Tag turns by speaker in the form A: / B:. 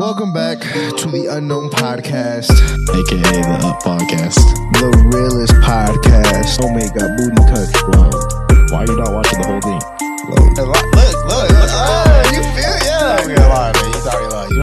A: Welcome back to the Unknown Podcast,
B: aka the Up Podcast.
A: the realest podcast. Omega Booty Touch Squad.
B: Why are you not watching the whole thing?
A: Like,